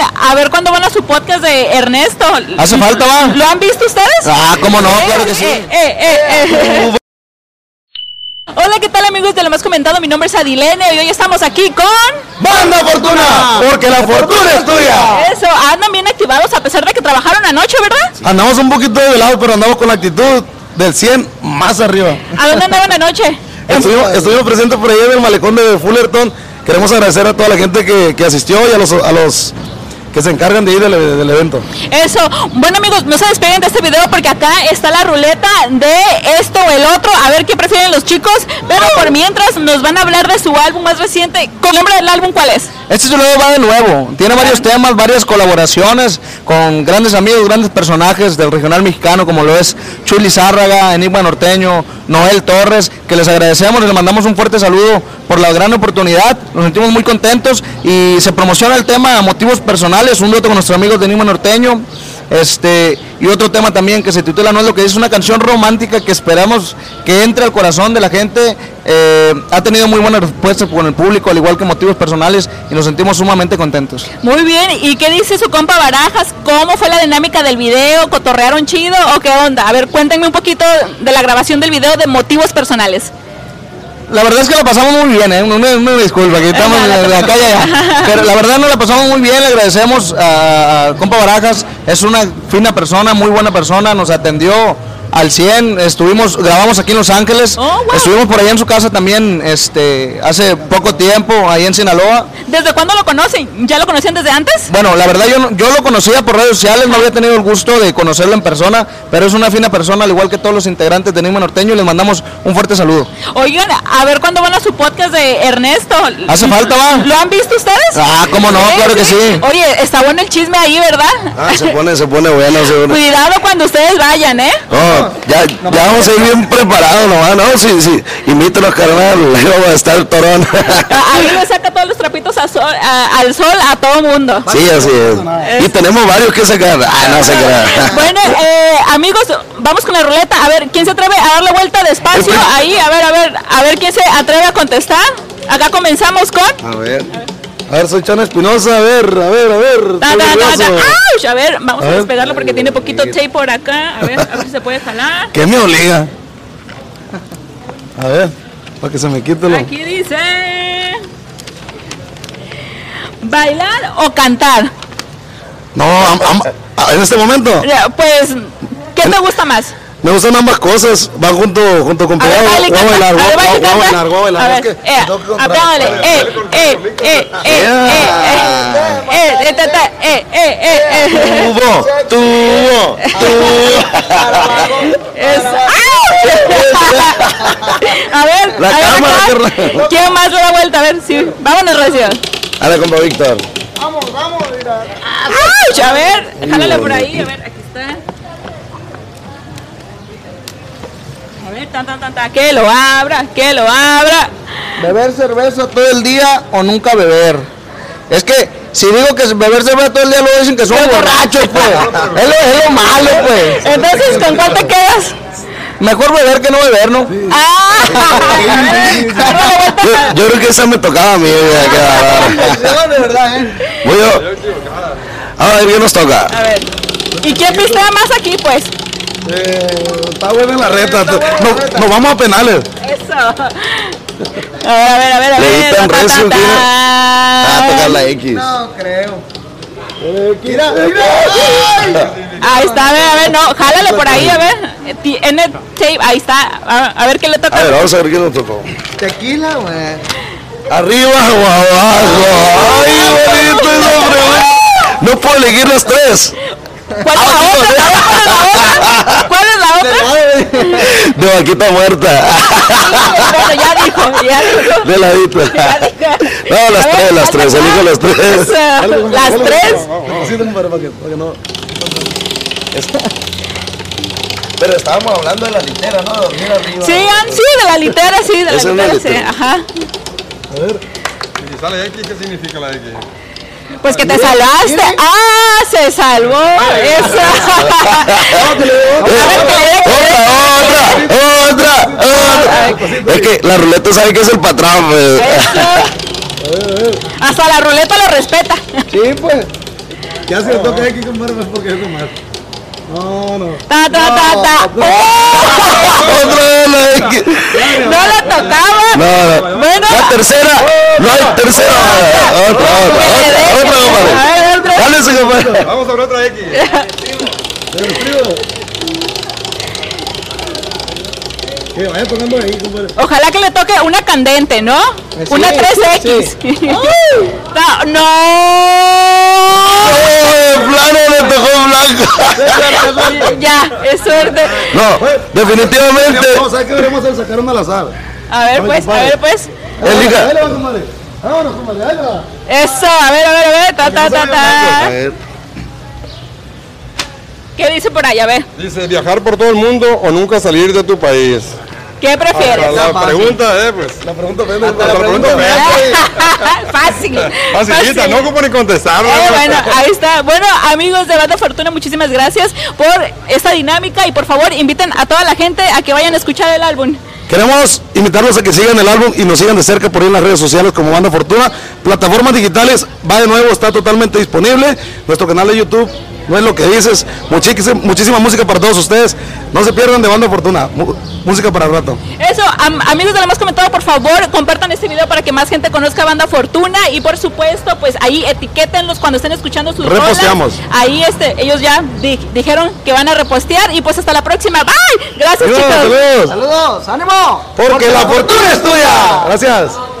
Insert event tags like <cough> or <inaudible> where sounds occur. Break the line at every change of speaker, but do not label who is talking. a ver cuándo van a su podcast de Ernesto.
Hace falta, va.
¿Lo han visto ustedes?
Ah, cómo no,
Eh,
claro que sí.
eh, eh, eh, eh. Hola, ¿qué tal amigos de lo más comentado? Mi nombre es Adilene y hoy estamos aquí con...
¡Banda Fortuna! Porque la fortuna es tuya.
Eso, andan bien activados a pesar de que trabajaron anoche, ¿verdad?
Andamos un poquito de velado, pero andamos con la actitud del 100 más arriba.
¿A dónde andaban anoche?
Estuvimos, estuvimos presentes por ahí en el malecón de Fullerton. Queremos agradecer a toda la gente que, que asistió y a los, a los que se encargan de ir del, del evento.
Eso. Bueno, amigos, no se despeguen de este video porque acá está la ruleta de esto o el otro. A ver qué prefieren los chicos. Pero por mientras nos van a hablar de su álbum más reciente. ¿Con el nombre del álbum cuál es?
Este es nuevo, va de nuevo. Tiene varios temas, varias colaboraciones con grandes amigos, grandes personajes del regional mexicano, como lo es Chuy Lizárraga, Enigma Norteño, Noel Torres, que les agradecemos, les mandamos un fuerte saludo por la gran oportunidad. Nos sentimos muy contentos y se promociona el tema a motivos personales, un dueto con nuestros amigos de Enigma Norteño. Este, y otro tema también que se titula No es lo que es una canción romántica que esperamos que entre al corazón de la gente. Eh, ha tenido muy buenas respuestas con el público, al igual que motivos personales, y nos sentimos sumamente contentos.
Muy bien. ¿Y qué dice su compa Barajas? ¿Cómo fue la dinámica del video? ¿Cotorrearon chido o qué onda? A ver, cuéntenme un poquito de la grabación del video de motivos personales.
La verdad es que la pasamos muy bien, ¿eh? una, una disculpa, que estamos en la, en la calle ya. Pero la verdad nos la pasamos muy bien, le agradecemos a, a Compa Barajas, es una fina persona, muy buena persona, nos atendió al 100, estuvimos, grabamos aquí en Los Ángeles,
Oh, wow.
estuvimos por allá en su casa también este, hace poco tiempo, ahí en Sinaloa.
¿Desde cuándo lo conocen? ¿Ya lo conocían desde antes?
Bueno, la verdad yo, no- yo lo conocía por redes sociales, no había tenido el gusto de conocerlo en persona, pero es una fina persona, al igual que todos los integrantes de Nima Norteño, y les mandamos un fuerte saludo.
Oigan, a ver cuándo van a su podcast de Ernesto.
Hace falta, va.
¿Lo han visto ustedes? ¿Eh?
Ah, cómo no, claro que sí.
Oye, está bueno el chisme ahí, ¿verdad?
Ah, se pone, se pone bueno, se pone.
Cuidado cuando ustedes vayan, ¿eh?
No, ya, ya vamos a ir bien preparados nomás, ¿no? Sí, sí, imítanos, carnal, <laughs> ahí vamos a estar <laughs> torón.
A a mí me saca todos los trapitos a sol- a- al sol a todo mundo.
Sí, así es. Y tenemos varios que sacar. Ah, no se <laughs> crean.
<laughs> Bueno, eh, amigos, vamos con la ruleta. A ver, ¿quién se atreve a darle vuelta despacio? Ahí, a ver, a ver, a ver quién se atreve a contestar. Acá comenzamos con.
A ver.
A ver, soy Chana Espinosa, a ver, a ver, a ver.
Ta, ta, ta, ta.
Ah.
¡Auch! A ver, vamos a
ver.
despegarlo porque tiene poquito tape por acá. A ver, a ver si se puede jalar.
¿Qué me obliga? A ver, para que se me quite lo...
Aquí dice. ¿Bailar o cantar?
No, am- am- ah, en este momento
Ya, Pues, ¿qué te gusta más?
me gustan ambas cosas. Van junto, junto con
A ver,
pegado.
dale,
Voy a
canta.
bailar,
A ver,
voy-
baile,
voy- voy a
canta.
bailar, voy a bailar.
A
Es
ver,
que
eh,
me tengo que controlar.
apágale. Eh, eh, eh, eh, eh, eh, eh, eh, ta, ta, eh, eh, eh, eh.
Tubo, tubo.
Es- ¡Auch! <laughs> A ver,
La
a ver
cámara,
acá.
carnal.
¿Quién más le da vuelta? A ver, sí. Vámonos, Recio.
A la compa Víctor.
¡Auch! A ver, jálale por ahí. A ver, aquí está. A ver, tan, tan, tan, tan. Que lo abra, que lo abra.
Beber cerveza todo el día o nunca beber. Es que si digo que beber cerveza todo el día, luego dicen que son borrachos, pues. es, lo, es lo malo, pues.
Entonces, ¿con cuál te quedas?
Mejor beber que no beber, ¿no?
<laughs>
¡Ah! Dale vuelta.
Yo, yo creo que esa me tocaba a mí. mira, qué bárbaro.
de verdad, ¿eh?
Voy yo. A ver, ¿qué nos toca?
A ver. ¿Y quién pistea más aquí, pues?
Eh,
Está buena la reta. Nos vamos a penales.
Eso. A ver, a ver, a ver, a
Le
ver.
quitan
Ta, ta,
recio,
ta.
¿quién? Ah, tocar la X.
Ahí está, a ver, a ver, no, jálale por ahí, a ver. Tiene tape, ahí está. A a ver qué le
A
toca.
ver, vamos a ver qué nos tocó.
Tequila, güey.
Arriba o abajo. Ay, bonito esa pregunta. No puedo elegir las tres.
¿Cuál es
Ah,
la otra? ¿La otra? ¿Cuál es la otra? ¿Cuál
De vaquita
<laughs>
muerta.
es la otra? Ah, Bueno, ya dijo, ya dijo.
De la dita. No, las
A ver,
tres, las
falta
tres.
acá.
Elijo las tres.
Eso, Las tres.
Pero estábamos hablando de la litera, ¿no? Dormir arriba.
Sí, ah, sí, de la litera, sí, de la
Esa es una
litera, sí,
litera.
ajá.
Si sale X, ¿qué significa la X?
Pues que te salvaste. ¡Ah! Se salvó. Eso.
Otra, otra, otra, otra. Es que la ruleta sabe que es el patrón, pues.
<laughs> Eso. Hasta la ruleta lo respeta.
Sí, pues.
Ya se le toca a X comer más porque es de más. No, no.
Ta, ta, ta, ta.
Otra vez la de X.
No la tocaba.
No, no.
Bueno,
La tercera. No hay tercera. Otra, otra,
que le deje.
otra, otra,
A
compadre.
ver, otra.
Dale su compadre.
Vamos a ver otra X. Del frío. Que vaya tocando ahí, compadre.
Ojalá que le toque una candente, ¿no?
Pues
una Ah,
sí,
3X. <laughs> Ta-
<laughs>
no.
De este plano le tocó blanco.
Ya, es suerte.
No, definitivamente.
Vamos a ver qué veremos al sacar una al azar.
A ver, pues, a ver, pues.
Elija.
Ahí le va, compadre. Vámonos, compadre. Ahí le va.
Eso, a ver, a ver, a ver. Ta, ta, ta,
A
ta.
ver.
¿Qué dice por allá? A ver,
Dice, viajar por todo el mundo o nunca salir de tu país.
¿qué prefieres?
la pregunta, eh, pues. La pregunta fue. La, pregunta
<laughs> Fácil.
Ah, Facilita,
fácil.
no ocupo ni contestar.
Eh, bueno, ahí está. Bueno, amigos de Banda Fortuna, muchísimas gracias por esta dinámica y por favor inviten a toda la gente a que vayan a escuchar el álbum.
Queremos invitarlos a que sigan el álbum y nos sigan de cerca por ahí en las redes sociales como Banda Fortuna. Plataformas digitales, va de nuevo, está totalmente disponible. Nuestro canal de YouTube, no es lo que dices. Muchísima, muchísima música para todos ustedes. No se pierdan de Banda Fortuna. Mu- música para rato.
Eso, am- amigos de lo más comentado, por favor, compartan este video para que más gente conozca Banda Fortuna y por supuesto, pues ahí etiquétenlos cuando estén escuchando sus rolas.
Reposteamos.
Ahí este, ellos ya di- dijeron que van a repostear y pues hasta la próxima. Bye. Gracias,
Saludos,
chicos.
saludos.
Saludos, ánimo.
Porque la fortuna es tuya. Gracias.